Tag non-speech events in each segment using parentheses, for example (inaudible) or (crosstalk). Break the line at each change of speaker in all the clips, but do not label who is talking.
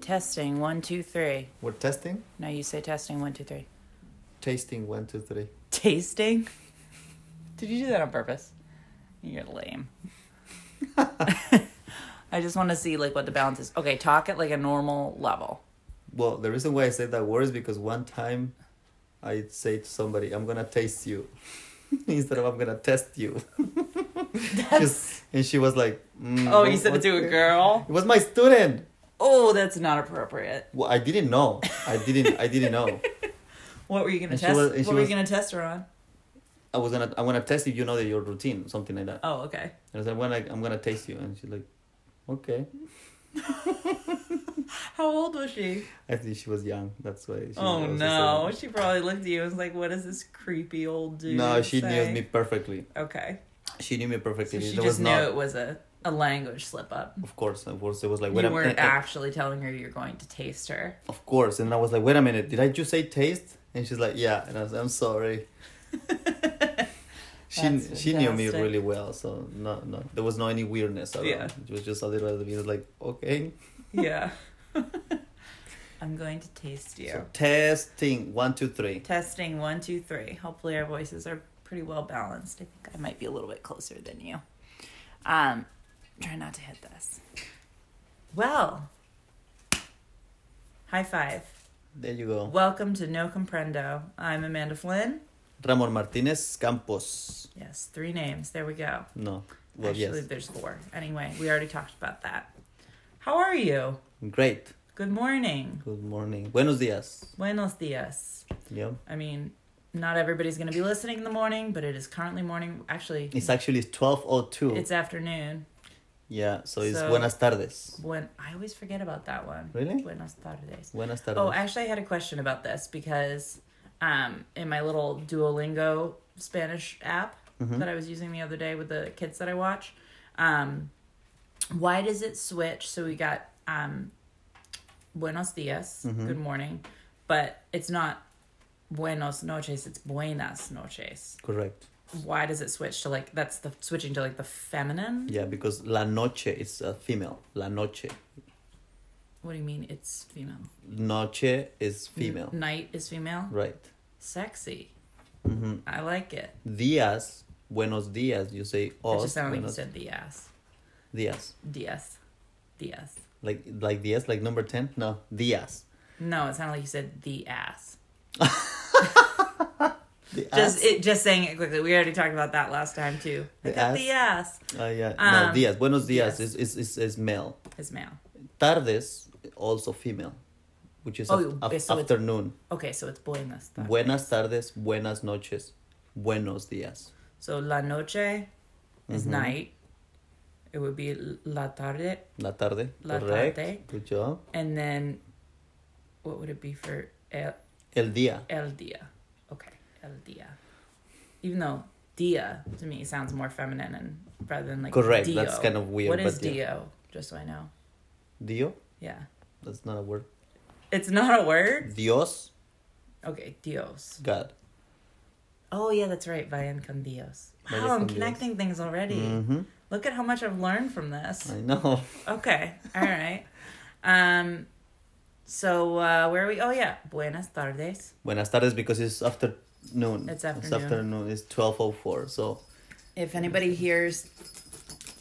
Testing one two three.
We're testing,
No, you say testing one two three. (laughs)
tasting one, two, three.
Tasting. Did you do that on purpose? You're lame. (laughs) I just want to see like what the balance is. Okay, talk at like a normal level.
Well, the reason why I said that word is because one time I say to somebody, I'm gonna taste you (laughs) instead of I'm gonna
(laughs)
test you. (laughs) Just- and she was like, mm,
Oh, you
what-
said it
what-
to a girl.
It was my student.
Oh, that's not appropriate.
Well, I didn't know. I didn't. I
(laughs)
didn't know.
What were you gonna
And she
test?
was- and she
what were you
was-
gonna test her on?
I was gonna. I wanna test if you know that your routine, something like that.
Oh, okay.
And I said, when I, I'm gonna taste you, and she's like, okay.
How old was she?
I think she was young. That's why. She
oh
also
no,
said
she probably looked at you and was like, "What is this creepy old
that.
dude?"
no, she
say?"
knew me perfectly.
Okay,
She knew me
so
perfectly.
she
there
just
was
knew
no,
it was a, a language slip up.
of course, of course, it was like,
you
wait a
weren't
minute.
actually telling her you're going to taste
(laughs)
her.
Of course, and I was like, wait a minute, did I just say taste? And she's like, yeah. And I was,
(laughs)
I'm sorry. She
That's
she knew me
fantastic.
really well, so no no, there was no any weirdness. Around.
Yeah.
it was just a little bit of like okay.
yeah. (laughs) I'm going to taste you.
So testing one two three.
Testing one, two, three. Hopefully, our voices are pretty well balanced. I think I might be a little bit closer than you. Um, try not to hit this. Well, high five.
There you go.
Welcome to No Comprendo. I'm Amanda Flynn.
Ramon Martinez Campos.
Yes, three names. There we go.
No, well
Actually,
yes,
there's four. Anyway, we already talked about that. How are you?
great.
Good morning.
Good morning. Buenos dias.
Buenos dias.
Yeah.
I mean, not everybody's going to be listening in the morning, but it is currently morning. Actually,
It's actually 12.02.
it's afternoon.
yeah, so it's
So-
buenas tardes.
When I always forget about that one.
Really?
Buenos tardes.
Buenas tardes.
Oh, actually, I had a question about this because um, in my little Duolingo Spanish app
Mm-hmm.
that I was using the other day with the kids that I watch, um, why does it switch? So we got um, buenos dias,
Mm-hmm.
good morning, but it's not buenos noches, it's buenas noches.
Correct.
Why does it switch to like, that's the switching to like the feminine?
Yeah, because la noche is a female. La noche.
What do you mean it's female?
Noche is female.
Night is female?
Right. Mm-hmm.
Sexy. I like it.
Dias, buenos dias. You say
It
os.
just sounded like you
buenos
said the ass.
dias.
Diaz. Diaz.
Like, like dias, like number 10? No, dias.
No, it sounded like you said the ass.
The
Just it just saying it quickly. We already talked about that last time too. I
The
got the ass
Uh, yeah,
um,
no, dias. Buenos dias
dias.
is, is, is, is male.
is male.
Tardes, also female, which is
Oh,
af- af-
so it's-
afternoon.
Okay, so it's buenas. tardes.
Buenas tardes, buenas noches, buenos días.
So la noche
Mm-hmm.
is night. It would be la tarde,
La tarde,
La
correct.
tarde.
Good job.
and then what would it be for el,
El día.
el dia? Okay, el dia. Even though dia to me sounds more feminine and rather than like
Correct,
Dio.
that's kind of weird,
What is
but yeah.
dio? Just so I know.
Dio.
Yeah.
That's not a word.
It's not a word?
Dios,
Okay, Dios.
God.
Oh, yeah, that's right. Vayan con Dios. Wow,
Vayan
I'm
con Dios.
connecting things already.
Mhm.
Look at how much I've learned from this.
I know. (laughs)
Okay, all right. Um, so, uh, where are we? Oh, yeah. Buenas tardes.
Buenas tardes because it's afternoon.
It's
It's
afternoon.
afternoon. It's twelve oh four. So
If anybody hears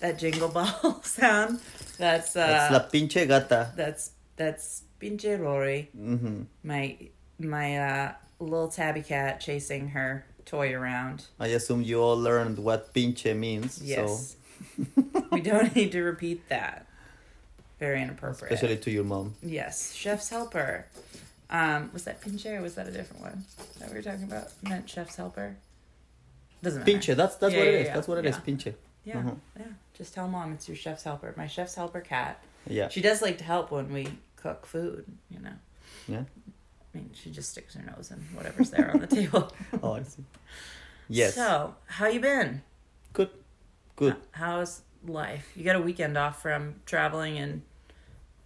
that jingle bell (laughs) sound, that's, uh,
it's la pinche gata.
that's, that's pinche Rory,
Mm-hmm.
my, my, uh, little tabby cat chasing her toy around.
I assume you all learned what pinche means.
Yes. (laughs)
So
we don't need to repeat that. Very inappropriate.
especially to your mom.
Yes, chef's helper. Um, was that pinche or was that a different one that we were talking about? Meant chef's helper. Doesn't matter.
Pinche. That's that's
Yeah,
what it
yeah,
is.
yeah.
That's what it is.
Yeah.
Pinche.
Yeah,
Mhm.
yeah. Just tell mom it's your chef's helper. My chef's helper cat. (laughs)
Yeah.
She does like to help when we cook food. You know.
Yeah.
I mean, she just sticks her nose in whatever's there on
(laughs)
the table.
Oh, I see. Yes.
So, uh, how you been?
Good. Good.
How's life? You got a weekend off from traveling and,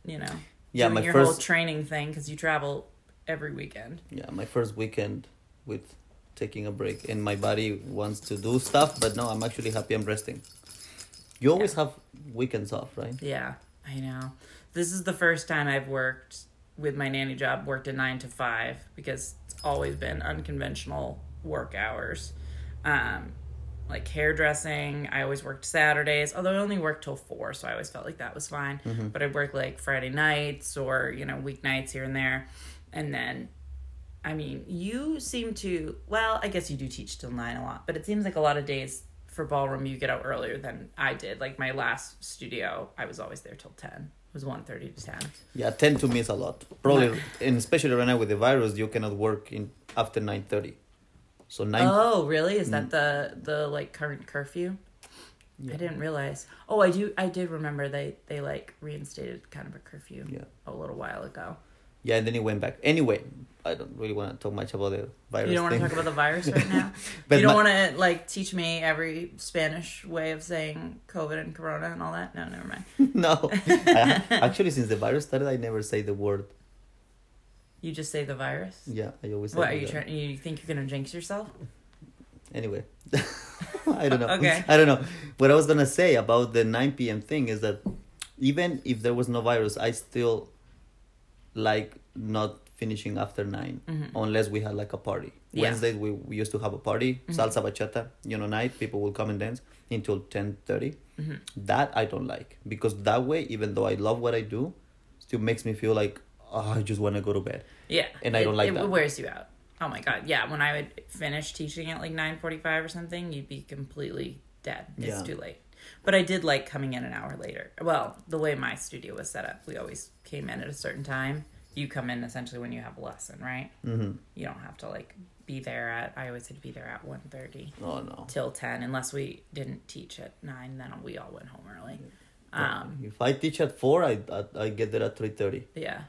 you know,
Yeah,
doing
my
your whole
first-
training thing because you travel every weekend.
yeah my first weekend with taking a break and my body wants to do stuff but no i'm actually happy i'm resting you always have weekends off right
Yeah, I know. This is the first time I've worked with my nanny job, worked a nine to five because it's always been unconventional work hours. Um, like hairdressing, I always worked Saturdays, although I only worked till four, so I always felt like that was fine.
Mm-hmm.
But I'd work like Friday nights or, you know, weeknights here and there. And then I mean, you seem to, well, I guess you do teach till nine a lot, but it seems like a lot of days for ballroom you get out earlier than I did. Like my last studio, I was always there till 10. It was 1.30 to 10.
Yeah, I tend to miss a lot. Probably, and especially right now with the virus, you cannot work in after nine thirty. So nine.
Oh, really? Is
Mm.
that the, the like current curfew? I didn't realize. Oh, I do. I did remember they, they like reinstated kind of a curfew
Yeah.
a little while ago.
Yeah, and then it went back. Anyway, I don't really want to talk much about the virus.
You don't want to
thing.
talk about the virus right now.
(laughs) But
you don't
my-
want to like teach me every Spanish way of saying COVID and Corona and all that. No, never mind.
(laughs) no, I, actually, since the virus started, I never say the word.
You just say the virus.
Yeah, I always. Say
What are
the
you
word.
trying? You think you're gonna jinx yourself?
Anyway, (laughs) I don't know.
Okay.
I don't know. What I was gonna say about the nine p.m. thing is that even if there was no virus, I still like not finishing after 9 unless we had like a party.
Mm-hmm. Yeah. Mm-hmm.
Wednesday we, we used to have a party, salsa bachata, you know, night people will come and dance until ten
Mm-hmm.
That I don't like because that way, even though I love what I do, still makes me feel like oh, I just want to go to bed.
Yeah.
And I
It-
don't like
it,
that.
wears you out. Oh my god. Yeah. When I would finish teaching at like nine forty-five or something, you'd be completely dead. It's
Yeah.
too late. But I did like coming in an hour later. Well, the way my studio was set up, we always came in at a certain time. You come in essentially when you have a lesson, right? Mm-hmm. You don't have to like be there at. I always had to be there at one thirty.
Oh no.
till 10 unless we didn't teach at 9 then we all went home early um
If I teach at four, I I, I get there at three thirty.
yeah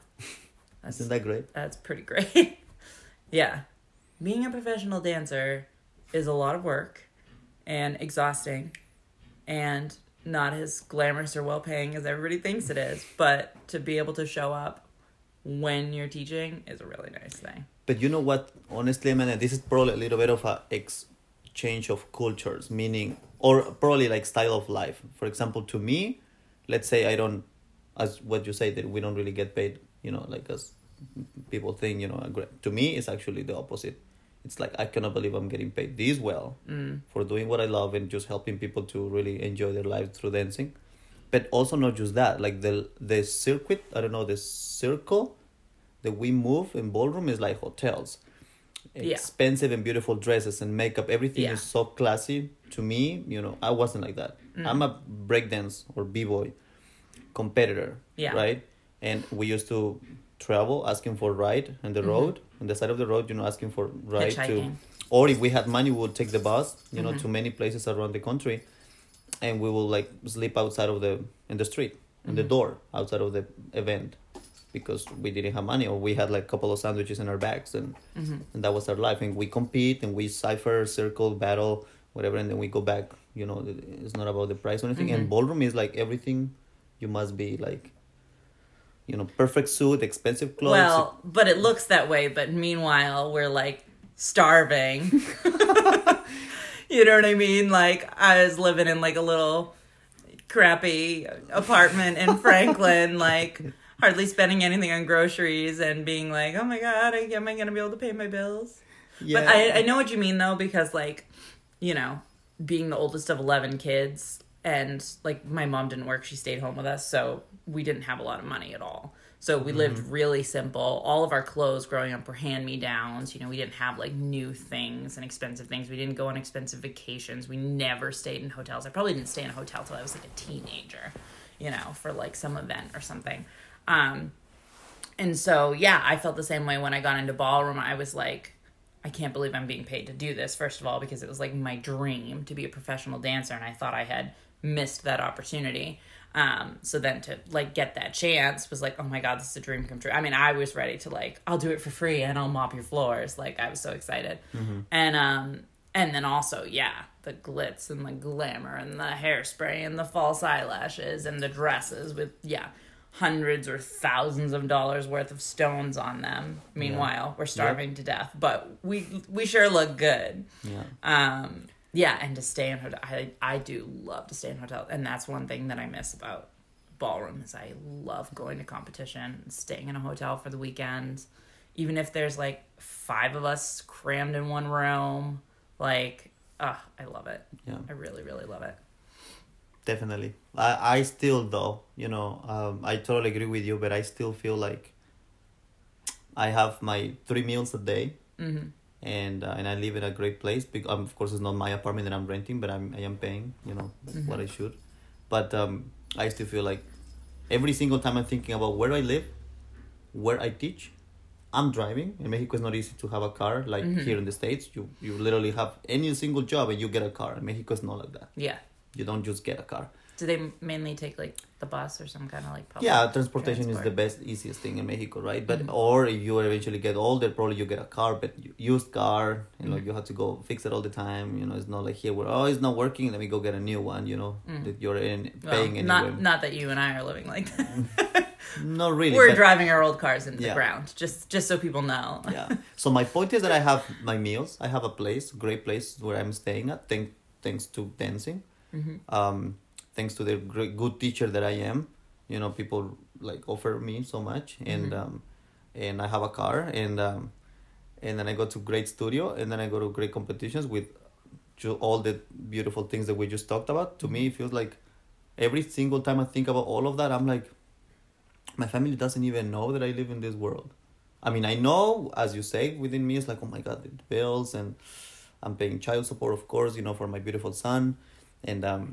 that's
Isn't that great?
that's pretty great (laughs) yeah being a professional dancer is a lot of work and exhausting and not as glamorous or well paying as everybody thinks it is but to be able to show up when you're teaching is a really nice thing
But you know what? Honestly, man, this is probably a little bit of a exchange of cultures, meaning, or probably like style of life. For example, to me, let's say I don't, as what you say, that we don't really get paid, you know, like as people think, you know, a gra- to me, it's actually the opposite. It's like, I cannot believe I'm getting paid this well
Mm.
for doing what I love and just helping people to really enjoy their lives through dancing. But also not just that, like the the circuit, I don't know, the circle that we move in ballroom is like hotels.
Yeah.
Expensive and beautiful dresses and makeup, everything
Yeah.
is so classy. To me, you know, I wasn't like that.
Mm.
I'm a breakdance or b-boy competitor,
Yeah.
right? And we used to travel asking for ride on the road, on the side of the road, you know, asking for ride to
Mm-hmm. Hitchhiking. Mm-hmm.
or if we had money we would take the bus, you know, to many places around the country and we will like sleep outside of the in the street, in
Mm-hmm.
the door outside of the event because we didn't have money or we had like a couple of sandwiches in our bags and
Mm-hmm.
and that was our life and we compete and we cipher circle battle whatever and then we go back you know it's not about the price or anything
Mm-hmm.
and ballroom is like everything you must be like you know perfect suit expensive clothes
well but it looks that way but meanwhile we're like starving you know what i mean like i was living in like a little crappy apartment in franklin like hardly spending anything on groceries and being like oh my god I- am i gonna be able to pay my bills
yeah
but I, I know what you mean though, because like, you know, being the oldest of eleven kids, and like my mom didn't work; she stayed home with us, so we didn't have a lot of money at all. So we lived really simple. All of our clothes growing up were hand me downs. You know, we didn't have like new things and expensive things. We didn't go on expensive vacations. We never stayed in hotels. I probably didn't stay in a hotel till I was like a teenager, you know, for like some event or something. Um, and so, yeah, I felt the same way when I got into ballroom. I was like, I can't believe I'm being paid to do this, first of all, because it was like my dream to be a professional dancer. And I thought I had missed that opportunity. Um, so then to like get that chance was like, oh my God, this is a dream come true. I mean, I was ready to like, I'll do it for free and I'll mop your floors. Like, I was so excited. And, um, and then also, yeah, the glitz and the glamour and the hairspray and the false eyelashes and the dresses with, yeah, hundreds or thousands of dollars worth of stones on them. Meanwhile, we're starving to death, but we we sure look good.
yeah
Um, yeah, and to stay in hotel, I I do love to stay in hotel, and that's one thing that I miss about ballroom is I love going to competition, staying in a hotel for the weekend, even if there's like five of us crammed in one room. Like, ah, I love it.
Yeah.
I really, really love it.
definitely i i still though you know um, i totally agree with you but i still feel like i have my three meals a day
Mm-hmm.
and uh, and i live in a great place because um, of course it's not my apartment that i'm renting but i'm i am paying you know what i should but um i still feel like every single time i'm thinking about where i live where i teach i'm driving in mexico it's not easy to have a car like here in the states you you literally have any single job and you get a car in mexico it's not like that
Yeah.
you don't just get a car
Do they mainly take like the bus or some kind of like public?
yeah transportation is the
transport.
best easiest thing in mexico right but
Mm-hmm.
or if you eventually get older probably you get a car but you- used car you
Mm-hmm.
know you have to go fix it all the time you know it's not like here where oh it's not working let me go get a new one you know that you're in
Mm-hmm. Well,
paying anyway
not not that you and I are living like that.
not really
We're
but-
driving our old cars into the
Yeah.
ground, just just so people know.
(laughs) yeah so my point is that
(laughs)
i have my meals i have a place great place where i'm staying at thank, thanks to dancing um, thanks to the great, good teacher that i am you know people like offer me so much and
Mm-hmm.
um, and i have a car and um, and then i go to great studio and then i go to great competitions with ju- all the beautiful things that we just talked about to me it feels like every single time i think about all of that i'm like my family doesn't even know that I live in this world. I mean, I know, as you say, within me, it's like, oh my God, the bills, and I'm paying child support, of course, you know, for my beautiful son, and um,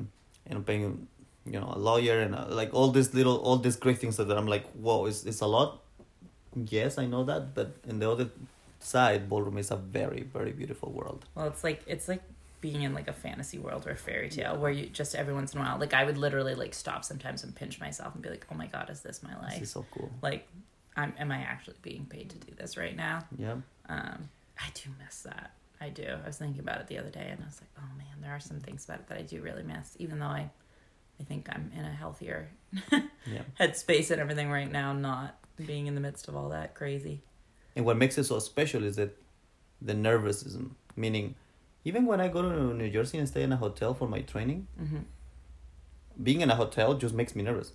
and I'm paying, you know, a lawyer, and uh, like all these little, all these great things that I'm like, whoa, it's it's a lot. Yes, I know that, but in the other side, ballroom is a very, very beautiful world.
Well, it's like it's like being in like a fantasy world or a fairy tale where you just every once in a while, like I would literally like stop sometimes and pinch myself and be like, "Oh my god, is this my
This is
life?
so cool.
Like, I'm am I actually being paid to do this right now?"
Yeah.
Um, I do miss that. I do. I was thinking about it the other day, and I was like, "Oh man, there are some things about it that I do really miss." Even though I, I think I'm in a healthier (laughs)
Yeah.
headspace and everything right now, not being in the midst of all that crazy.
And what makes it so special is that the nervousism, meaning, even when I go to New Jersey and stay in a hotel for my training,
hmm
being in a hotel just makes me nervous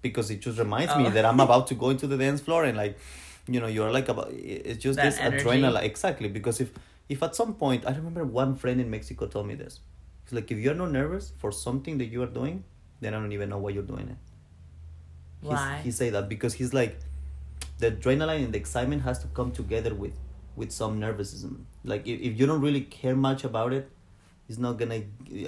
because it just reminds me
Oh. (laughs)
that I'm about to go into the dance floor and like, you know, you're like about it- it's just
That
this
energy.
adrenaline exactly because if if at some point I remember one friend in Mexico told me this, it's like if you're not nervous for something that you are doing, then I don't even know why you're doing it. He's-
Why?
He say that because he's like, the adrenaline and the excitement has to come together with, with some nervousism. Like if, if you don't really care much about it, it's not gonna.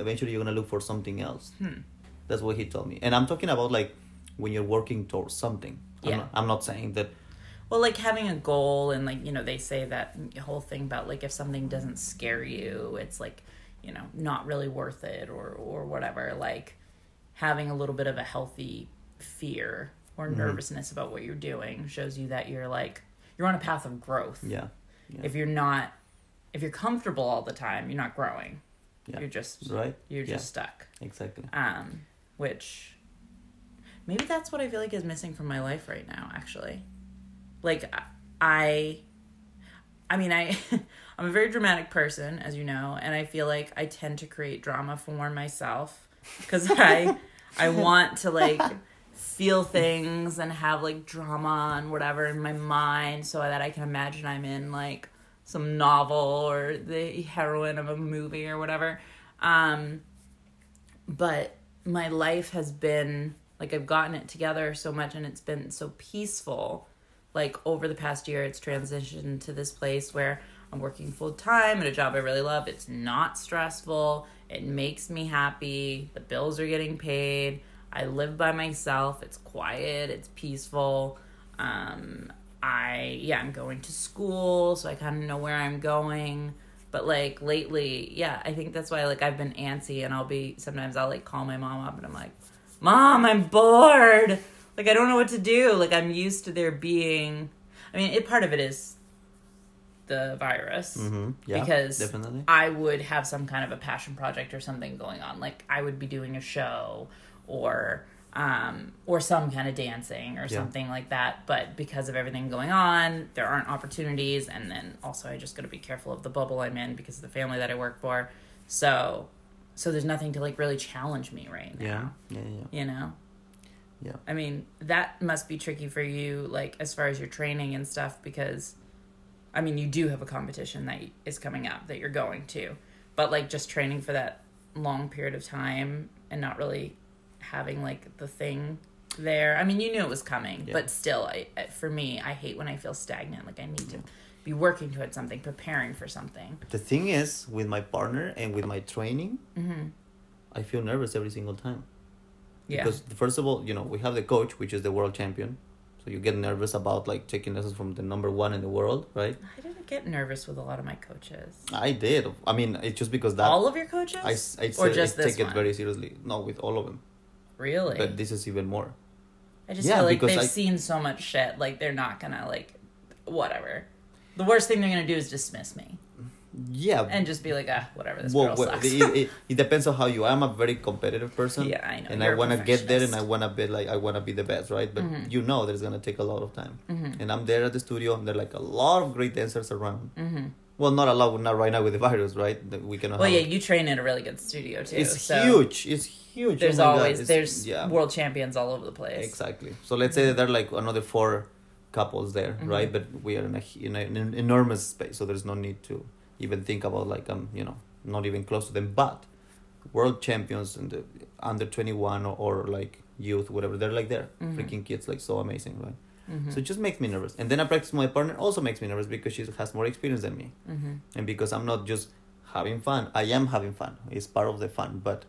Eventually, you're gonna look for something else.
Hmm.
That's what he told me. And I'm talking about like when you're working towards something.
Yeah.
I'm, not, I'm not saying that.
Well, like having a goal, and like, you know, they say that whole thing about like if something doesn't scare you, it's like, you know, not really worth it or, or whatever. Like having a little bit of a healthy fear or
Mm-hmm.
nervousness about what you're doing shows you that you're like, you're on a path of growth.
Yeah. Yeah.
If you're not, if you're comfortable all the time, you're not growing.
Yeah.
You're just,
right.
you're
Yeah,
just stuck.
exactly.
Um, which maybe that's what I feel like is missing from my life right now, actually. Like I I mean I (laughs) I'm a very dramatic person, as you know, and I feel like I tend to create drama for myself cuz I I want to like feel things and have like drama and whatever in my mind so that I can imagine I'm in like some novel or the heroine of a movie or whatever. Um but my life has been like I've gotten it together so much and it's been so peaceful. Like over the past year, it's transitioned to this place where I'm working full time at a job I really love. It's not stressful. It makes me happy. The bills are getting paid. I live by myself. It's quiet. It's peaceful. Um, I yeah, I'm going to school, so I kind of know where I'm going. But like lately, yeah, I think that's why like I've been antsy, and I'll be sometimes I'll like call my mom up, and I'm like, "Mom, I'm bored. Like I don't know what to do. Like I'm used to there being. I mean, it part of it is the virus
hmm Yeah.
because
definitely.
I would have some kind of a passion project or something going on. Like I would be doing a show or um or some kind of dancing or something like that. But because of everything going on, there aren't opportunities and then also I just gotta be careful of the bubble I'm in because of the family that I work for. So so there's nothing to like really challenge me right
Yeah.
now.
Yeah. Yeah.
You know?
Yeah.
I mean, that must be tricky for you, like as far as your training and stuff, because I mean, you do have a competition that is coming up that you're going to, but like just training for that long period of time and not really having like the thing there. I mean, you knew it was coming,
Yeah.
but still, I, I- for me, I hate when I feel stagnant. Like I need to be working towards something, preparing for something.
The thing is, with my partner and with my training,
Mm-hmm.
I feel nervous every single time.
Yeah.
Because first of all, you know, we have the coach, which is the world champion. So you get nervous about like taking lessons from the number one in the world, right?
I didn't get nervous with a lot of my coaches.
I did. I mean, it's just because that
All of your coaches?
I, s- I,
or
said
just
I
this
take it
one?
very seriously. No, with all of them,
Really?
but this is even more.
I just
Yeah,
feel like
because
they've
I-
seen so much shit. Like they're not gonna like, whatever. The worst thing they're gonna do is dismiss me
Yeah.
and just be like, ah, whatever. This
well,
girl
well,
sucks. (laughs)
it, it, it depends on how you. I'm a very competitive person.
Yeah, I know.
And
You're
I
a
want to get there, and
perfectionist.
I
Mm-hmm.
want to be like I want to be the best, right? But you know, that it's gonna take a lot of time. And I'm there at the studio, and there are like a lot of great dancers around. Mm-hmm. Well, not a lot, not right now with the virus, right? That we cannot.
well,
have-
yeah, you train at a really good studio too.
it's
so
huge. It's huge.
There's
oh my God,
always
it's-
there's
yeah.
world champions all over the place.
Exactly. So let's say that there are like another four couples there,
Mm-hmm.
right? But we are in a hu- in, a, in an enormous space, so there's no need to even think about like um you know not even close to them. But world champions and the under twenty one or, or like youth whatever they're like there
Mm-hmm.
freaking kids like so amazing right so it just makes me nervous and then i practice with my partner also makes me nervous because she has more experience than me
Mm-hmm.
and because i'm not just having fun i am having fun it's part of the fun but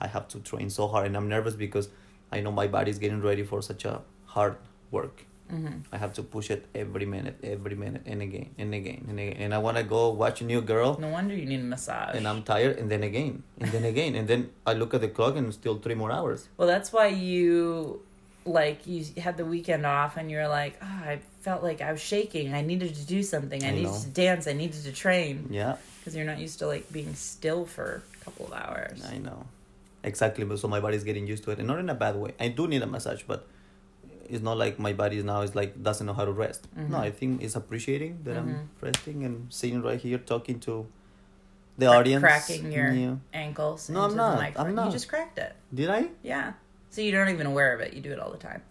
i have to train so hard and i'm nervous because i know my body is getting ready for such a hard work
Mm-hmm.
i have to push it every minute every minute and again and again and again and i want to go watch a new girl
No wonder you need a massage.
and i'm tired and then again and then again and then i look at the clock and it's still three more hours
Well, that's why you like you had the weekend off and you were like, oh, I felt like I was shaking. I needed to do something. I,
I
needed
know.
to dance. I needed to train
yeah
because you're not used to like being still for a couple of hours.
i know exactly but so my body's getting used to it and not in a bad way i do need a massage but it's not like my body is now is like doesn't know how to rest
Mm-hmm.
no i think it's appreciating that i'm resting and sitting right here talking to the
Cra-
audience
cracking your
Yeah.
ankles.
No, I'm
into
not.
The microphone.
I'm not.
You just cracked it.
did i
Yeah. So you don't even aware of it. You do it all the time.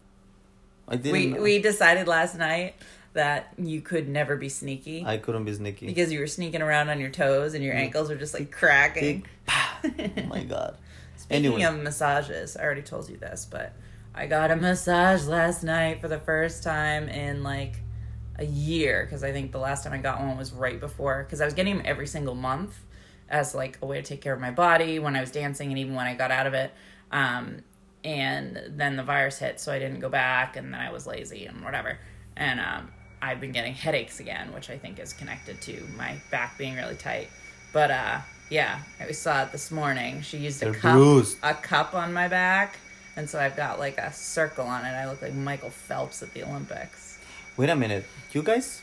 i didn't
We
know.
we decided last night that you could never be sneaky
i couldn't be sneaky
because you were sneaking around on your toes and your ankles were just like cracking.
Tick, pah. oh (laughs)
(laughs)
my god
Speaking
Anyway.
of massages, I already told you this, but I got a massage last night for the first time in like a year because I think the last time I got one was right before because I was getting them every single month as like a way to take care of my body when I was dancing and even when I got out of it. Um, and then the virus hit, so I didn't go back, and then I was lazy and whatever. And um, I've been getting headaches again, which I think is connected to my back being really tight. But uh, yeah, I saw it this morning. She used a
They're
cup,
bruised.
a cup on my back, and so I've got like a circle on it. I look like Michael Phelps at the Olympics.
Wait a minute, you guys.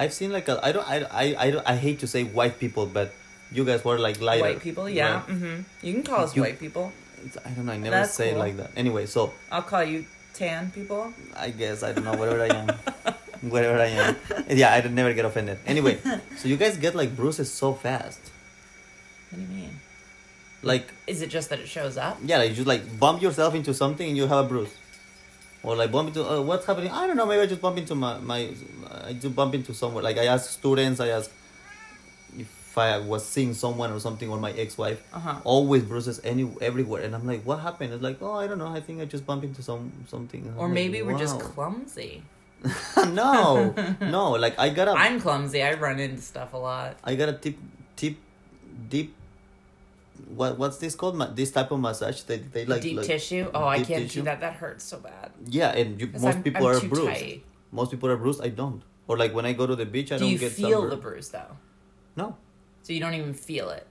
I've seen like a I don't I I I, don't, I hate to say white people, but you guys were like lighter.
White people, yeah.
uh, right?
hmm You can call us
You-
white people.
It's- I don't know. I never
That's
say it
cool.
like that. Anyway, so
I'll call you tan people.
I guess I don't know whatever I am,
(laughs)
whatever I am. Yeah, I don't never get offended. Anyway, so you guys get like bruises so fast,
What do you mean?
like
Is it just that it shows up?
yeah, like you just like bump yourself into something and you have a bruise, or like bump into uh, what's happening. I don't know. Maybe I just bump into my my I do bump into somewhere. Like I ask students, I ask if I was seeing someone or something or my ex wife.
Uh-huh.
Always bruises any everywhere, and I'm like, what happened? It's like, oh, I don't know. I think I just bumped into some something. And
Or
I'm
maybe
like,
we're just
"Wow."
clumsy. (laughs)
no, no. Like I got a
I'm clumsy. I run into stuff a lot.
I got a tip, tip, deep. What what's this called? Ma- this type of massage they they like
deep
like-
tissue. Oh, I
deep
can't
tissue.
do that. That hurts so bad.
Yeah, and you,
'Cause
most
I'm-
people
I'm
are
too
bruised.
tight.
Most people are bruised. I don't. Or like when I go to the beach, I
do
don't
you
get
feel
sunburned.
the bruise though?
No.
So you don't even feel it.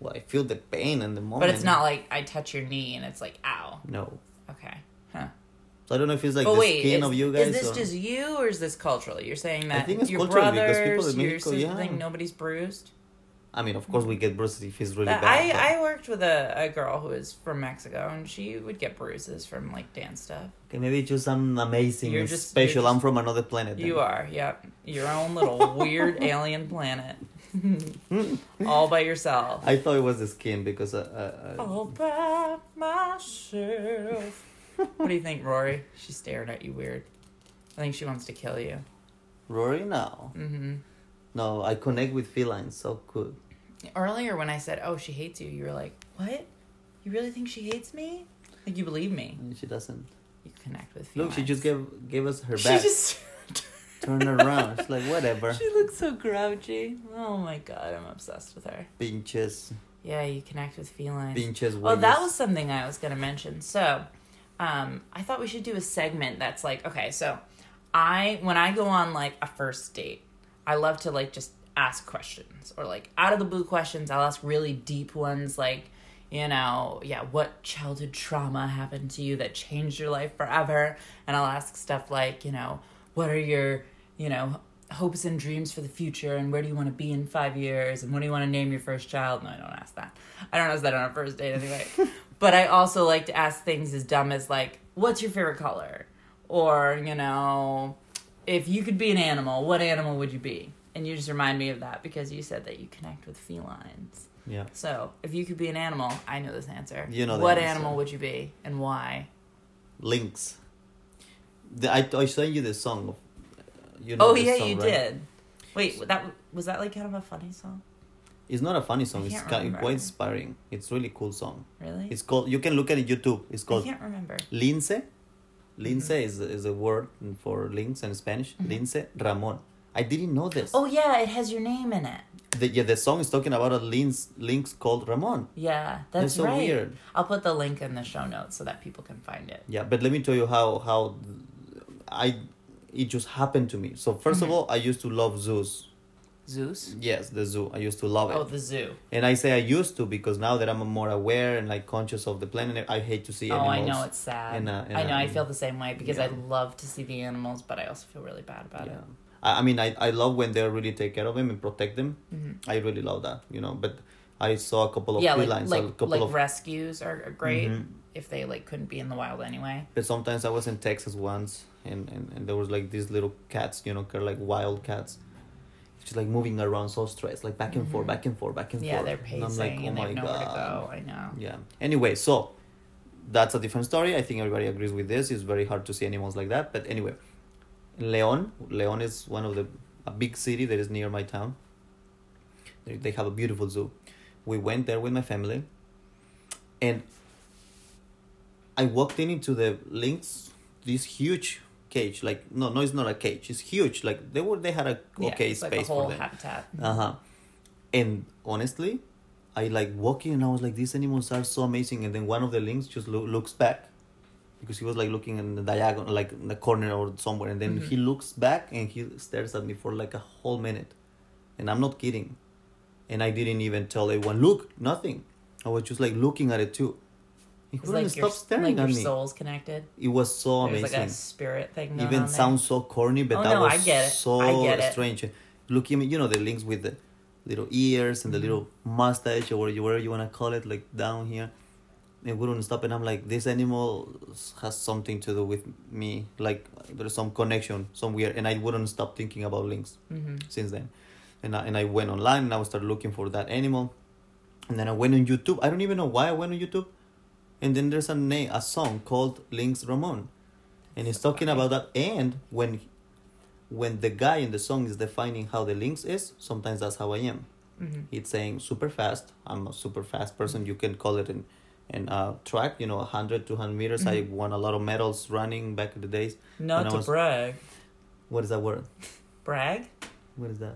Well, I feel the pain in the moment.
But it's not like I touch your knee and it's like ow.
No.
Okay. Huh.
So I don't know if it's like
But
the
wait,
skin
is,
of you guys.
is this
or...
just you or is this cultural? You're saying that
think it's
your
cultural because
brothers,
people in
your
Mexico,
sister
yeah.
think nobody's bruised.
I mean, of course, we get bruises if it's really
That-
bad. but
I, I worked with a, a girl who was from Mexico and she would get bruises from like dance stuff.
Okay, maybe it's just I'm amazing,
You're
and
just- you're
special.
just-
I'm from another planet. then.
You are, yep. Your own little
(laughs)
weird alien planet.
Mm-hmm.
All by yourself. Oh.
I thought it was the skin because uh, uh, uh,
All by myself. What do you think, Rory? She's staring at you weird. I think she wants to kill you.
Rory, no.
Mm-hmm.
No, I connect with felines so good.
Earlier, when I said, "Oh, she hates you," you were like, "What? You really think she hates me? Like you believe me?
And she doesn't.
You connect with
Look,
females."
she just gave gave us her
She
back.
just (laughs)
Turn around. She's like, whatever.
She looks so grouchy. Oh my god, I'm obsessed with her.
Pinches,
Yeah, you connect with felines.
pinches.
Oh, that
wings.
was something I was going to mention. So, um, I thought we should do a segment that's like, okay, so I, when I go on like a first date, I love to like just ask questions or like out of the blue questions. I'll ask really deep ones like, you know, yeah, what childhood trauma happened to you that changed your life forever? And I'll ask stuff like, you know, what are your, you know, hopes and dreams for the future and where do you want to be in five years and what do you want to name your first child? No, I don't ask that. I don't ask that on a first date anyway. but I also like to ask things as dumb as like, what's your favorite color? Or, you know, if you could be an animal, what animal would you be? And you just remind me of that because you said that you connect with felines.
Yeah.
So if you could be an animal, I know this answer.
You know the
what
answer.
animal would you be and why?
Links. The, I I sang you the song. uh, You
oh
the
yeah,
song,
you
right?
did. Wait, that was that like kind of a funny song,
It's not a funny song.
I
It's
can't
ki-
remember.
quite inspiring. It's really cool song.
really?
It's called. You can look at it YouTube. It's
I
called
can't Mm-hmm. remember.
lince. Lince is is a word for links in Spanish. Lince Ramon. I didn't know this.
Mm-hmm. Oh yeah, it has your name in it.
The, yeah, the song is talking about a links links called Ramon.
Yeah, that's,
That's so
right.
weird.
I'll put the link in the show notes so that people can find it.
Yeah, but let me tell you how how I it just happened to me. So 1st
Mm-hmm.
of all, I used to love zoos.
Zeus.
Yes, the zoo. I used to love it.
Oh, the zoo.
And I say I used to because now that I'm more aware and like conscious of the planet, I hate to see
Oh,
animals.
I know it's sad.
in a- in
I know.
a-
I feel the same way because I
Yeah.
love to see the animals, but I also feel really bad about
Yeah.
it.
I, I mean, I, I love when they really take care of them and protect them.
Mm-hmm.
I really love that, you know. But I saw a couple of
yeah, like
felines, a
like
couple
like
of.
rescues are, are great
Mhm.
if they like couldn't be in the wild anyway.
But sometimes I was in Texas once, and, and, and there was like these little cats, you know, they're like wild cats. Just like moving around, so stressed, like back and forth, back and forth, back and
Mm-hmm. Yeah,
forth.
they're
And
pacing
I'm
and,
like,
they
oh my
have nowhere
god.
to go. I know.
Yeah. Anyway, so that's a different story. I think everybody agrees with this. It's very hard to see animals like that. But anyway, in Leon, Leon is one of the a big city that is near my town. They, they have a beautiful zoo. We went there with my family, and I walked in into the lynx, this huge cage. Like no, no, it's not a cage. It's huge. Like they were, they had a
Yeah,
okay
it's
space
like a whole
for them.
habitat.
Uh huh. And honestly, I like walking and I was like, these animals are so amazing. And then one of the links just loo- looks back because he was like looking in the diagonal, like in the corner or somewhere. And then
Mm-hmm.
he looks back and he stares at me for like a whole minute. And I'm not kidding. And I didn't even tell anyone, look, nothing. I was just like looking at it too. He
It's
couldn't
like
stop
your,
staring
like
at
your
me.
soul's connected.
It was so
There's
amazing
like a spirit thing. Going
even
on there.
sounds so corny, but
Oh,
that
no,
was
I get it.
so
I get it.
strange. Looking, you know, the links with the little ears and the little
Mm-hmm.
mustache or whatever whatever you want to call it, like down here. It wouldn't stop, and I'm like, this animal has something to do with me. Like there's some connection somewhere, and I wouldn't stop thinking about links
Mhm.
since then. And I, and I went online and I started looking for that animal, and then I went on YouTube. I don't even know why I went on YouTube, and then there's a name, a song called Links Ramon, and he's talking about that. And when, when the guy in the song is defining how the links is, sometimes that's how I am.
Mhm.
It's saying super fast. I'm a super fast person. You can call it an, an uh, track. You know, 100, 200 meters.
Mm-hmm.
I won a lot of medals running back in the days.
Not
when I
to
was-
brag.
What is that word?
Brag.
What is that?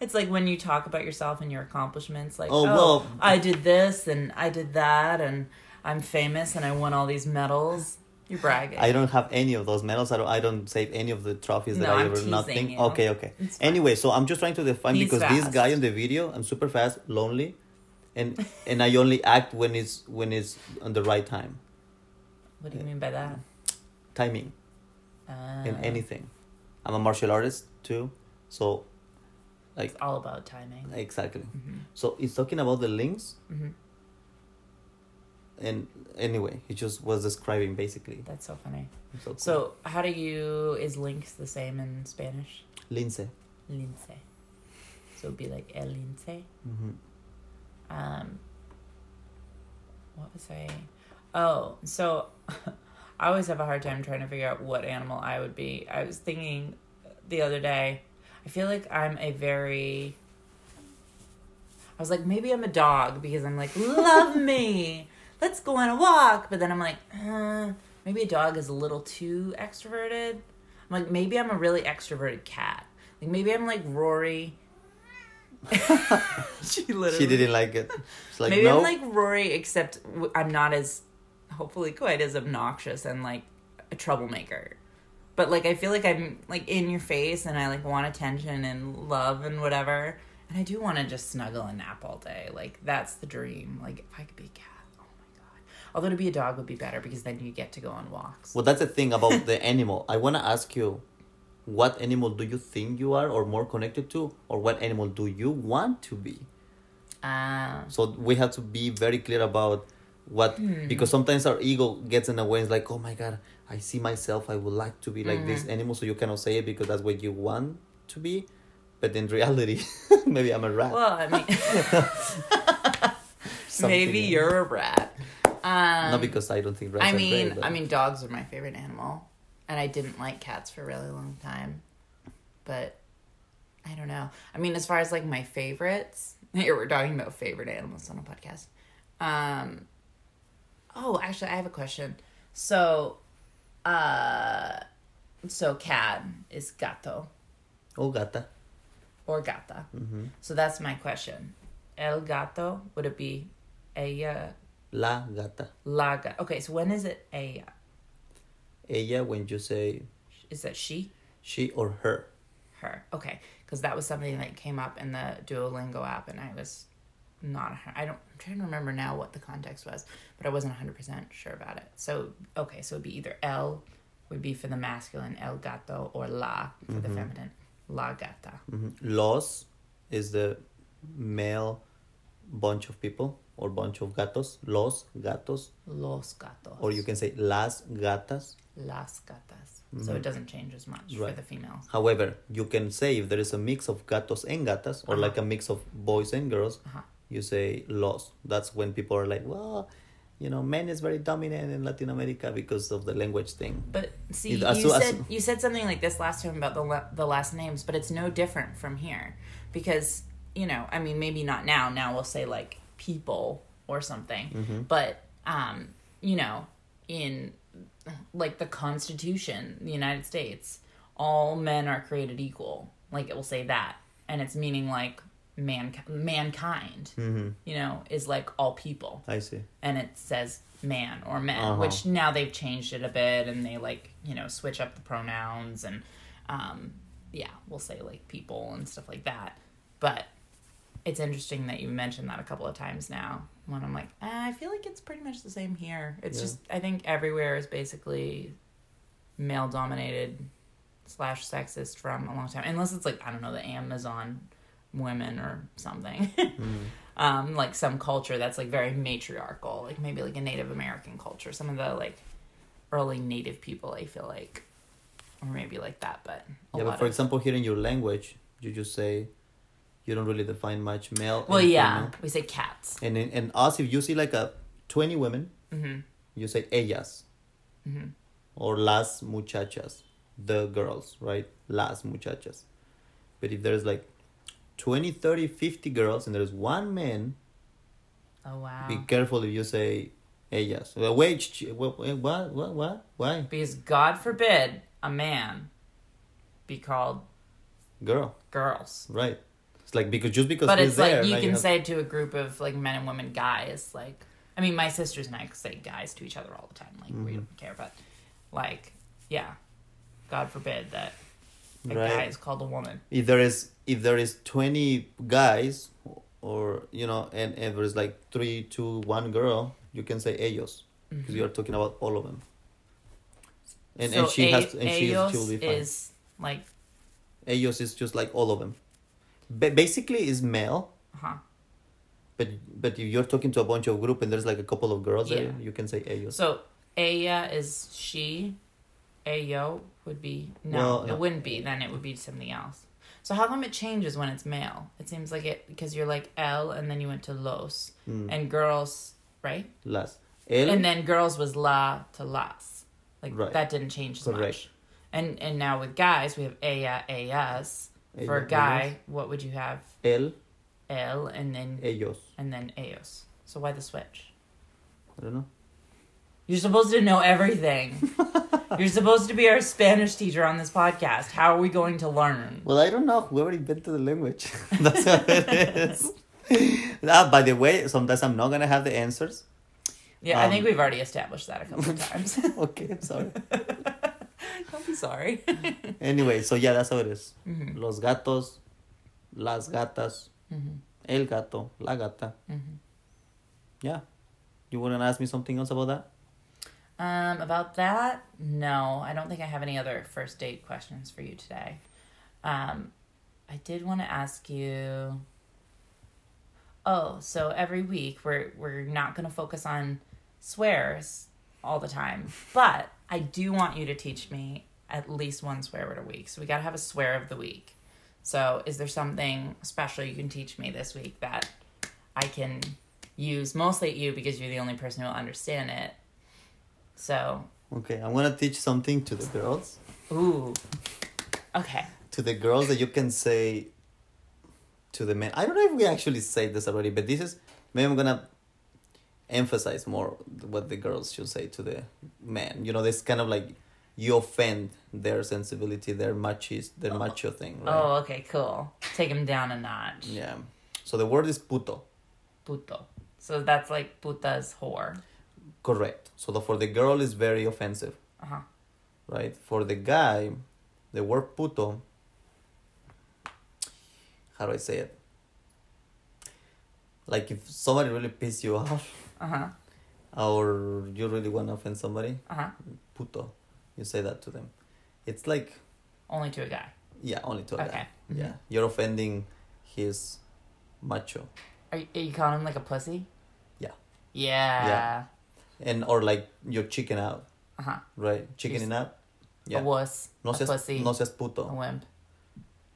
It's like when you talk about yourself and your accomplishments, like,
Oh,
oh,
well-
I did this and I did that and I'm famous and I won all these medals. You're bragging.
I don't have any of those medals. I don't. I don't save any of the trophies that
No,
I
I'm
ever
teasing
nothing.
you.
Okay, okay.
It's fine.
Anyway, so I'm just trying to define
He's
because this
fast.
guy in the video, I'm super fast, lonely, and and I only act when it's when it's on the right time,
what do you mean by that?
timing,
Uh,
and anything. I'm a martial artist too, so
It's all about timing.
exactly. So it's talking about the links,
Mhm.
and anyway, he just was describing basically.
That's so funny.
So, cool.
So, how do you. Is links the same in Spanish?
lince.
Lince. So, it'd be like el
Mm-hmm.
lince.
hmm
Um, what was I? Oh, so (laughs) I always have a hard time trying to figure out what animal I would be. I was thinking the other day, I feel like I'm a very. I was like, maybe I'm a dog because I'm like, love me. Let's go on a walk. But then I'm like, uh, maybe a dog is a little too extroverted. I'm like, maybe I'm a really extroverted cat. Like, maybe I'm like Rory. (laughs) she literally.
She didn't
(laughs)
like it. She's like,
Maybe
no.
I'm like Rory, except w- I'm not as, hopefully, quite as obnoxious and like a troublemaker. But like, I feel like I'm like in your face and I like want attention and love and whatever. And I do want to just snuggle and nap all day. Like, that's the dream. Like, if I could be a cat, oh my God. Although to be a dog would be better because then you get to go on walks.
Well, that's the thing about the (laughs) animal. I want to ask you, what animal do you think you are or more connected to? Or what animal do you want to be?
Ah.
So we have to be very clear about what,
Hmm.
because sometimes our ego gets in the way. It's like, oh my God, I see myself. I would like to be like this
Hmm.
animal. So you cannot say it because that's what you want to be. But in reality, (laughs) maybe I'm a rat.
well, I mean, (laughs)
something.
maybe you're a rat. Um,
Not because I don't think rats
I
are great,
mean,
but-
I mean, dogs are my favorite animal, and I didn't like cats for a really long time, but I don't know. I mean, as far as like my favorites, (laughs) here we're talking about favorite animals on a podcast. Um, oh, actually, I have a question. So, uh, so cat is gato
Oh, gata.
or gata. So that's my question. El gato would it be ella
La gata.
la gata? Okay, so when is it ella?
Ella, when you say
Is that she?
she or her.
her. Okay, because that was something that came up in the Duolingo app, and I was not. a- I don't. I'm trying to remember now what the context was, but I wasn't 100 percent sure about it. So okay, so it'd be either L would be for the masculine, El Gato, or La for
Mm-hmm.
the feminine, La Gata.
Mhm. Los is the male bunch of people or bunch of gatos. Los gatos,
Los Gatos.
or you can say las gatas.
Las Gatas. So it doesn't change as much for
Mm-hmm. Right.
the females.
However, you can say if there is a mix of gatos and gatas, or
Uh-huh.
like a mix of boys and girls,
Uh huh.
you say los. That's when people are like, well, you know, men is very dominant in Latin America because of the language thing.
But see,
Either-
you
so-
said
so-
you said something like this last time about the la- the last names, but it's no different from here because you know, I mean, maybe not now. Now we'll say like people or something, but um, you know, in like the Constitution, the United States, all men are created equal. Like it will say that, and it's meaning like man mankind. You know, is like all people
I see.
and it says man or men,
Uh-huh.
which now they've changed it a bit and they like, you know, switch up the pronouns and um yeah, we'll say like people and stuff like that. But it's interesting that you mentioned that a couple of times now when I'm like, ah, I feel like it's pretty much the same here. It's
Yeah.
just I think everywhere is basically male dominated slash sexist from a long time. Unless it's like, I don't know, the Amazon women or something. (laughs) um, like some culture that's like very matriarchal, like maybe like a Native American culture. Some of the like early Native people, I feel like, or maybe like that, but a
yeah,
lot
but for
of-
example, here in your language, you just say, you don't really define much male.
well,
and
yeah,
female.
we say cats.
And in, and us, if you see like a twenty women,
hmm
you say ellas,
Mhm.
or las muchachas, the girls, right? Las muchachas. But if there's like 20, 30, 50 girls, and there's one man,
Oh wow.
be careful if you say ellas. Well, wait, sh- what, what, what, what, why,
because God forbid a man be called
girl,
girls.
right? It's like because just because
But
he's
it's
there,
like you
now
can
have-
say to a group of like men and women, guys. Like, I mean, my sisters and I say guys to each other all the time. Like,
Mm-hmm.
we don't care, but like, yeah, God forbid that a guy
Right.
is called a woman.
if there is if there is 20 guys or you know and, and there's like three two one girl you can say ellos because
Mm-hmm.
you are talking about all of them and, and she
a-
has and she, is-
ellos
she will be fine
is like,
ellos is just like all of them ba- basically is male
huh?
but but if you're talking to a bunch of group and there's like a couple of girls there
Yeah.
you can say ellos
So ella is she, ayo would be no,
Well, yeah.
it wouldn't be. Then it would be something else. So how come it changes when it's male? It seems like it because you're like L and then you went to los
Mm.
and girls, right?
las El,
And then girls was la to las. Like
Right.
that didn't change as
Correct.
much. And and now with guys we have ella, ellas. For a
Ella,
guy,
ellas.
what would you have?
el,
El and then
ellos.
and then ellos. So why the switch?
I don't know.
You're supposed to know
(laughs)
everything. You're supposed to be our Spanish teacher on this podcast. How are we going to learn?
Well, I don't know. Whoever invented the language. (laughs) That's what it is. (laughs) ah, by the way, sometimes I'm not going to have the answers.
Yeah, I think
Um,
we've already established that a couple
(laughs)
of times. (laughs)
okay, I'm sorry.
Don't be sorry. (laughs) Mm-hmm,
Anyway, so yeah, that's how it is. Los gatos, las gatas, el gato, la gata.
mm-hmm.
Yeah. You want to ask me something else about that?
Um, about that, no, I don't think I have any other first date questions for you today. Um, I did want to ask you. Oh, so every week we're we're not going to focus on swears all the time, but I do want you to teach me at least one swear word a week. So we got to have a swear of the week. So is there something special you can teach me this week that I can use mostly at you because you're the only person who will understand it? So,
Okay, I'm going to teach something to the girls.
ooh. Okay.
To the girls that you can say to the men. I don't know if we actually say this already, but this is maybe I'm going to emphasize more what the girls should say to the men. You know, this kind of like you offend their sensibility, their machis, their macho thing, right?
Oh, okay, cool. Take him down a notch.
Yeah. So the word is puto.
Puto. So that's like puta's whore.
Correct. So the, for the girl is very offensive,
Uh huh.
right? For the guy, the word puto. How do I say it? Like if somebody really piss you (laughs) off,
Uh huh.
or you really want to offend somebody,
Uh huh.
puto, you say that to them. It's like
Only to a guy.
yeah, only to a
Okay. Mm-hmm.
guy. Yeah, you're offending his macho,
Are you, are you calling him like a pussy?
Yeah.
Yeah.
Yeah. and or like you're chicken out,
Uh huh.
right? Chickening out. Yeah.
A wuss.
No
a
seas,
pussy.
no seas puto.
a wimp.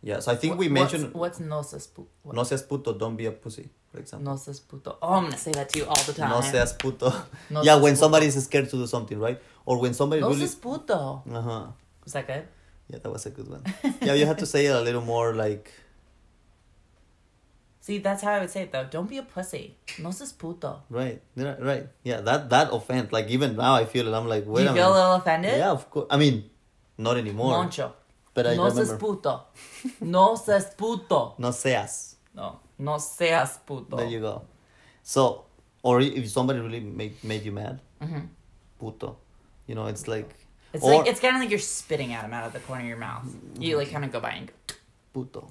Yeah, so I think
Wh-
we mentioned
What's, what's nosas puto?
no seas puto, don't be a pussy, for example.
Nosas puto. Oh, I'm going to say that to you all the time.
No seas puto.
No
yeah,
seas
when
puto.
somebody is scared to do something, right? Or when somebody
No
really.
seas puto.
Uh huh.
Is that good?
Yeah, that was a
(laughs)
good one. yeah, you had to say it a little more like.
See, that's how I would say it though. Don't be a pussy. No seas puto.
Right, yeah, right. Yeah, that that offense. Like even now, I feel it. I'm like,
Do
wait
you
a
feel a
minute.
little offended?
yeah, of course. I mean, not anymore.
Moncho.
But I
no seas
remember.
puto. No seas puto.
No seas.
No. No seas puto.
There you go. So, or if somebody really made made you mad,
Mm-hmm.
puto. You know, it's like.
It's
or
like it's kind of like you're spitting at him out of the corner of your mouth. You like kind of go by and go.
puto.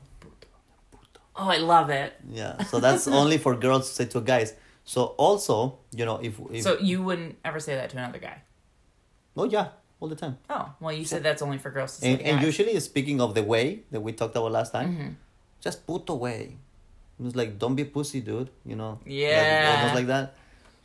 Oh, I love it.
Yeah,
(laughs)
so that's only for girls to say to guys. So also, you know, if, if
So you wouldn't ever say that to another guy.
oh yeah, all the time.
Oh, well, you said that's only for girls to say.
And,
to
and
guys.
usually speaking of the way that we talked about last time, just put away. It's like don't be pussy, dude. You know, like,
Yeah.
almost like that.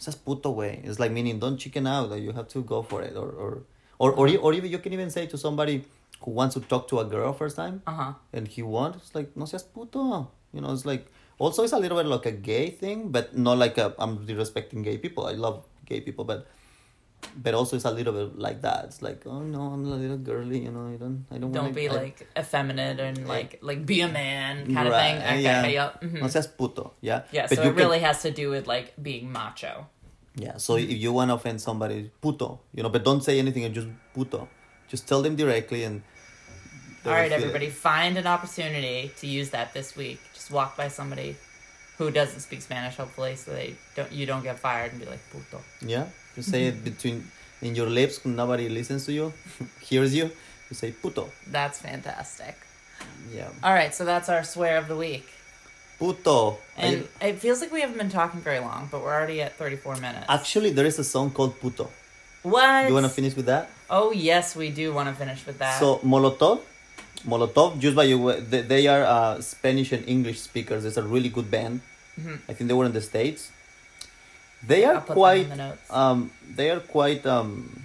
Just put away. It's like meaning don't chicken out. That you have to go for it, or or or or, you- or even you can even say to somebody who wants to talk to a girl first time,
Uh-huh.
and he wants it's like no seas puto. You know, it's like also it's a little bit like a gay thing, but not like a I'm disrespecting gay people. I love gay people, but but also it's a little bit like that. It's like oh no, I'm a little girly. You know, I don't I don't.
Don't
wanna,
be
I-
like effeminate and like like be a man kind
Right,
of thing. Okay,
yeah.
yep. mhm.
No seas puto. Yeah.
Yeah,
But
so
you
it
can-
really has to do with like being macho.
Yeah. So if you want to offend somebody, puto. You know, but don't say anything and just puto. Just tell them directly and. they
All
will
right,
feel it.
everybody, find an opportunity to use that this week. Just walk by somebody who doesn't speak Spanish, hopefully, so they don't you don't get fired and be like puto.
Yeah. You say it between in your lips. Nobody listens to you, (laughs) hears you. You say puto.
That's fantastic.
Yeah.
All right, so that's our swear of the week,
Puto.
and
I-
it feels like we haven't been talking very long, but we're already at thirty four minutes.
actually, there is a song called Puto.
what?
You want to finish with that?
Oh yes, we do want to finish with that.
So Molotov, Molotov, just by you, they, they are uh, Spanish and English speakers. It's a really good band.
Mm-hmm.
I think they were in the states. They are
I'll put
quite.
them in the notes.
Um, they are quite um,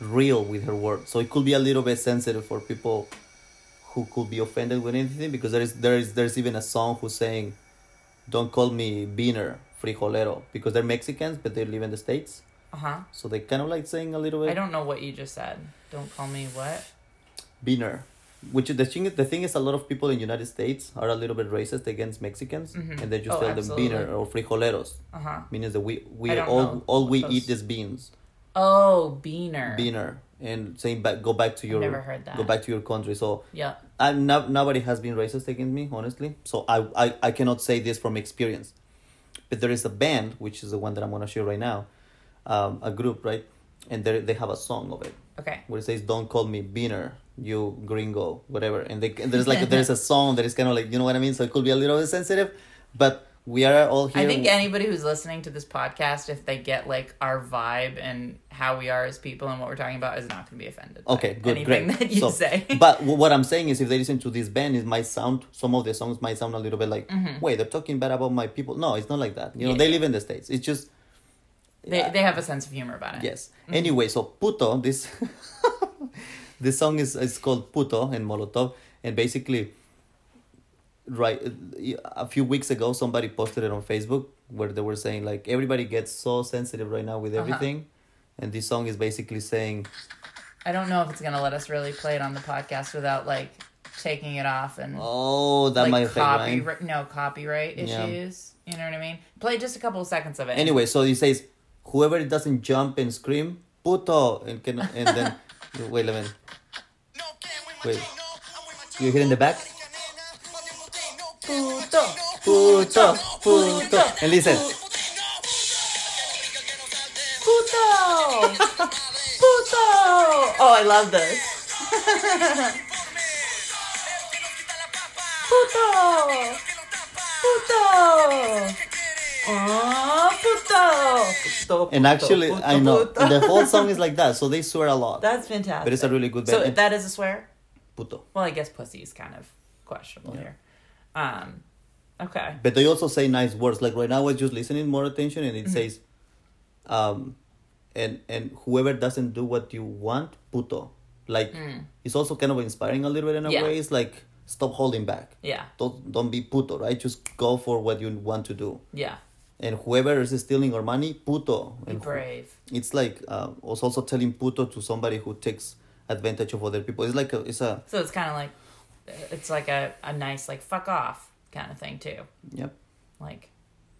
real with her words, so it could be a little bit sensitive for people who could be offended with anything because there is there is there's even a song who's saying, "Don't call me beaner," frijolero because they're Mexicans but they live in the states,
Uh huh.
so they kind of like saying a little
I
bit
don't know what you just said. Don't call me what?
beaner. Which is the thing? The thing is, a lot of people in United States are a little bit racist against Mexicans,
Mhm.
and they just
Oh,
tell them
absolutely.
beaner or frijoleros,
Uh huh.
meaning that we we
I don't
all
know
all we
what
eat
those-
is beans,
Oh, beaner.
beaner, and saying back go back to
I've
your
never heard that.
go back to your country. So
Yeah.
I'm not, nobody has been racist against me, honestly. So I, I, I cannot say this from experience. But there is a band, which is the one that I'm gonna share right now, um, a group, right? And they they have a song of it
Okay.
where it says "Don't call me beaner, you gringo, whatever." And, they, and there's like
(laughs)
there's a song that is kind of like you know what I mean. So it could be a little bit sensitive, but we are all here.
I think anybody who's listening to this podcast, if they get like our vibe and how we are as people and what we're talking about, is not going to be offended. by
Okay, good,
anything
great.
that you
So,
say.
(laughs) but w- what I'm saying is, if they listen to this band, it might sound some of the songs might sound a little bit like, wait, they're talking bad about my people. No, it's not like that. You know,
Mm-hmm. Yeah.
they live in the states. It's just
(laughs) they they have a sense of humor about it.
yes. Anyway, so puto, this (laughs) this song is is called puto and Molotov, and basically, right a few weeks ago, somebody posted it on Facebook where they were saying like everybody gets so sensitive right now with
Uh-huh.
everything, and this song is basically saying.
I don't know if it's going to let us really play it on the podcast without like taking it off and
Oh, that
like
might affect mine.
copyright no copyright
Yeah.
issues. You know what I mean? Play just a couple of seconds of it.
Anyway, so he says, whoever doesn't jump and scream, puto, and can, and then (laughs) wait a minute.
Wait.
You hear in the back?
Puto,
Puto, puto, (laughs) and listen.
Puto! (laughs) Puto! Oh, I love this. Puto! Puto! Oh, puto! puto
And actually,
puto,
I know
puto.
the whole song is like that, so they swear a lot.
That's fantastic.
But it's a really good band.
So that is a swear?
puto.
Well, I guess pussy is kind of questionable here. Um, okay.
But they also say nice words. Like right now, I was just listening more attention, and it says, um, and and whoever doesn't do what you want, puto. Like it's also kind of inspiring a little bit in a
Yeah.
way. It's like stop holding back.
Yeah.
Don't don't be puto, right? Just go for what you want to do.
Yeah.
and whoever is stealing our money, puto.
Be
And who-
brave.
it's like uh, was also telling puto to somebody who takes advantage of other people. It's like a, it's a
So it's kind of like, it's like a, a nice, like, fuck off kind of thing, too.
yep
Like,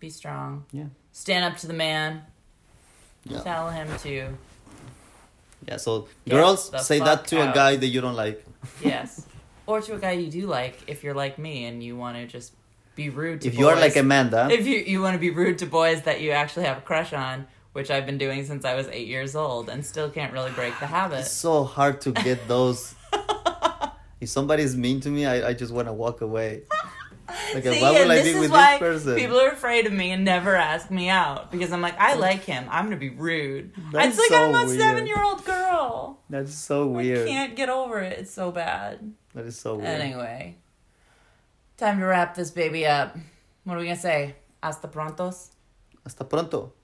be strong.
yeah
Stand up to the man.
Yeah.
Tell him to.
yeah. So
Get
girls
the
say that
fuck
to
out.
a guy that you don't like.
Yes. or to a guy you do like if you're like me and you want to just be rude to
If you are
boys.
like Amanda,
if you, you want to be rude to boys that you actually have a crush on, which I've been doing since I was eight years old and still can't really break the
it's
habit.
so hard
(laughs)
to get those. if somebody's mean to me, I, I just want to walk away.
(laughs)
Like
See,
why
and
would I
this
be
is
with
why
this person?
People are afraid of me and never ask me out because I'm like, I like him. I'm gonna be rude.
That's
it's like
so
I'm a
weird.
seven-year-old girl.
That's so
I
weird.
can't get over it. It's so bad.
That is so weird.
Anyway, time to wrap this baby up. What are we gonna say? Hasta prontos.
Hasta pronto.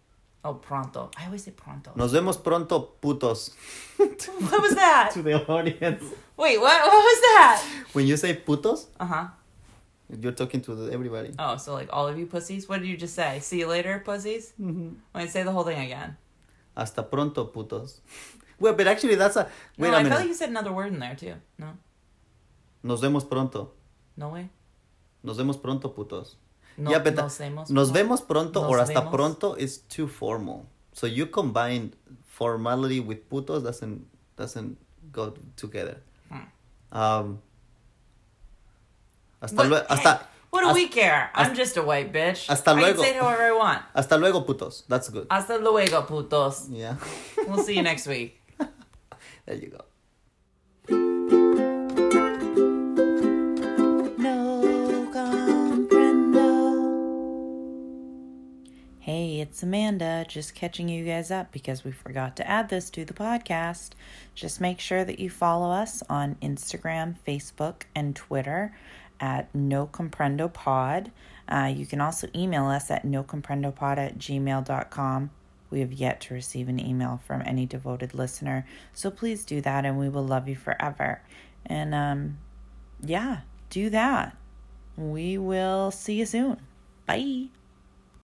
Oh, pronto. I always say pronto.
Nos vemos pronto, putos.
(laughs) What was that?
(laughs) to the audience.
Wait, what? What was that?
When you say putos,
Uh huh.
You're talking to the- everybody.
Oh, so like all of you pussies. What did you just say? See you later, pussies. Mm-hmm. Wait, say the whole thing again.
Hasta pronto, putos. (laughs) Well, but actually, that's a. Wait
no,
a
I
minute.
felt like you said another word in there too. No,
Nos vemos pronto.
no way.
Nos vemos pronto, putos.
No,
yeah, but
nos vemos.
nos vemos pronto or
Nos
hasta
vemos.
pronto is too formal. So you combine formality with putos doesn't doesn't go together.
Hmm. eh.
Um. Hasta
What-
luego. Hasta
What do
hasta-
we care? I'm just a white bitch.
hasta
I can
luego.
say it however I want.
hasta luego, putos. That's good.
Hasta luego, putos.
Yeah. (laughs)
We'll see you next week.
There you go.
Hey, it's Amanda, just catching you guys up because we forgot to add this to the podcast. Just make sure that you follow us on Instagram, Facebook, and Twitter at No Comprendo Pod. Uh, you can also email us at nocomprendopod at gmail.com. We have yet to receive an email from any devoted listener, so please do that and we will love you forever. And um, yeah, do that. We will see you soon. Bye.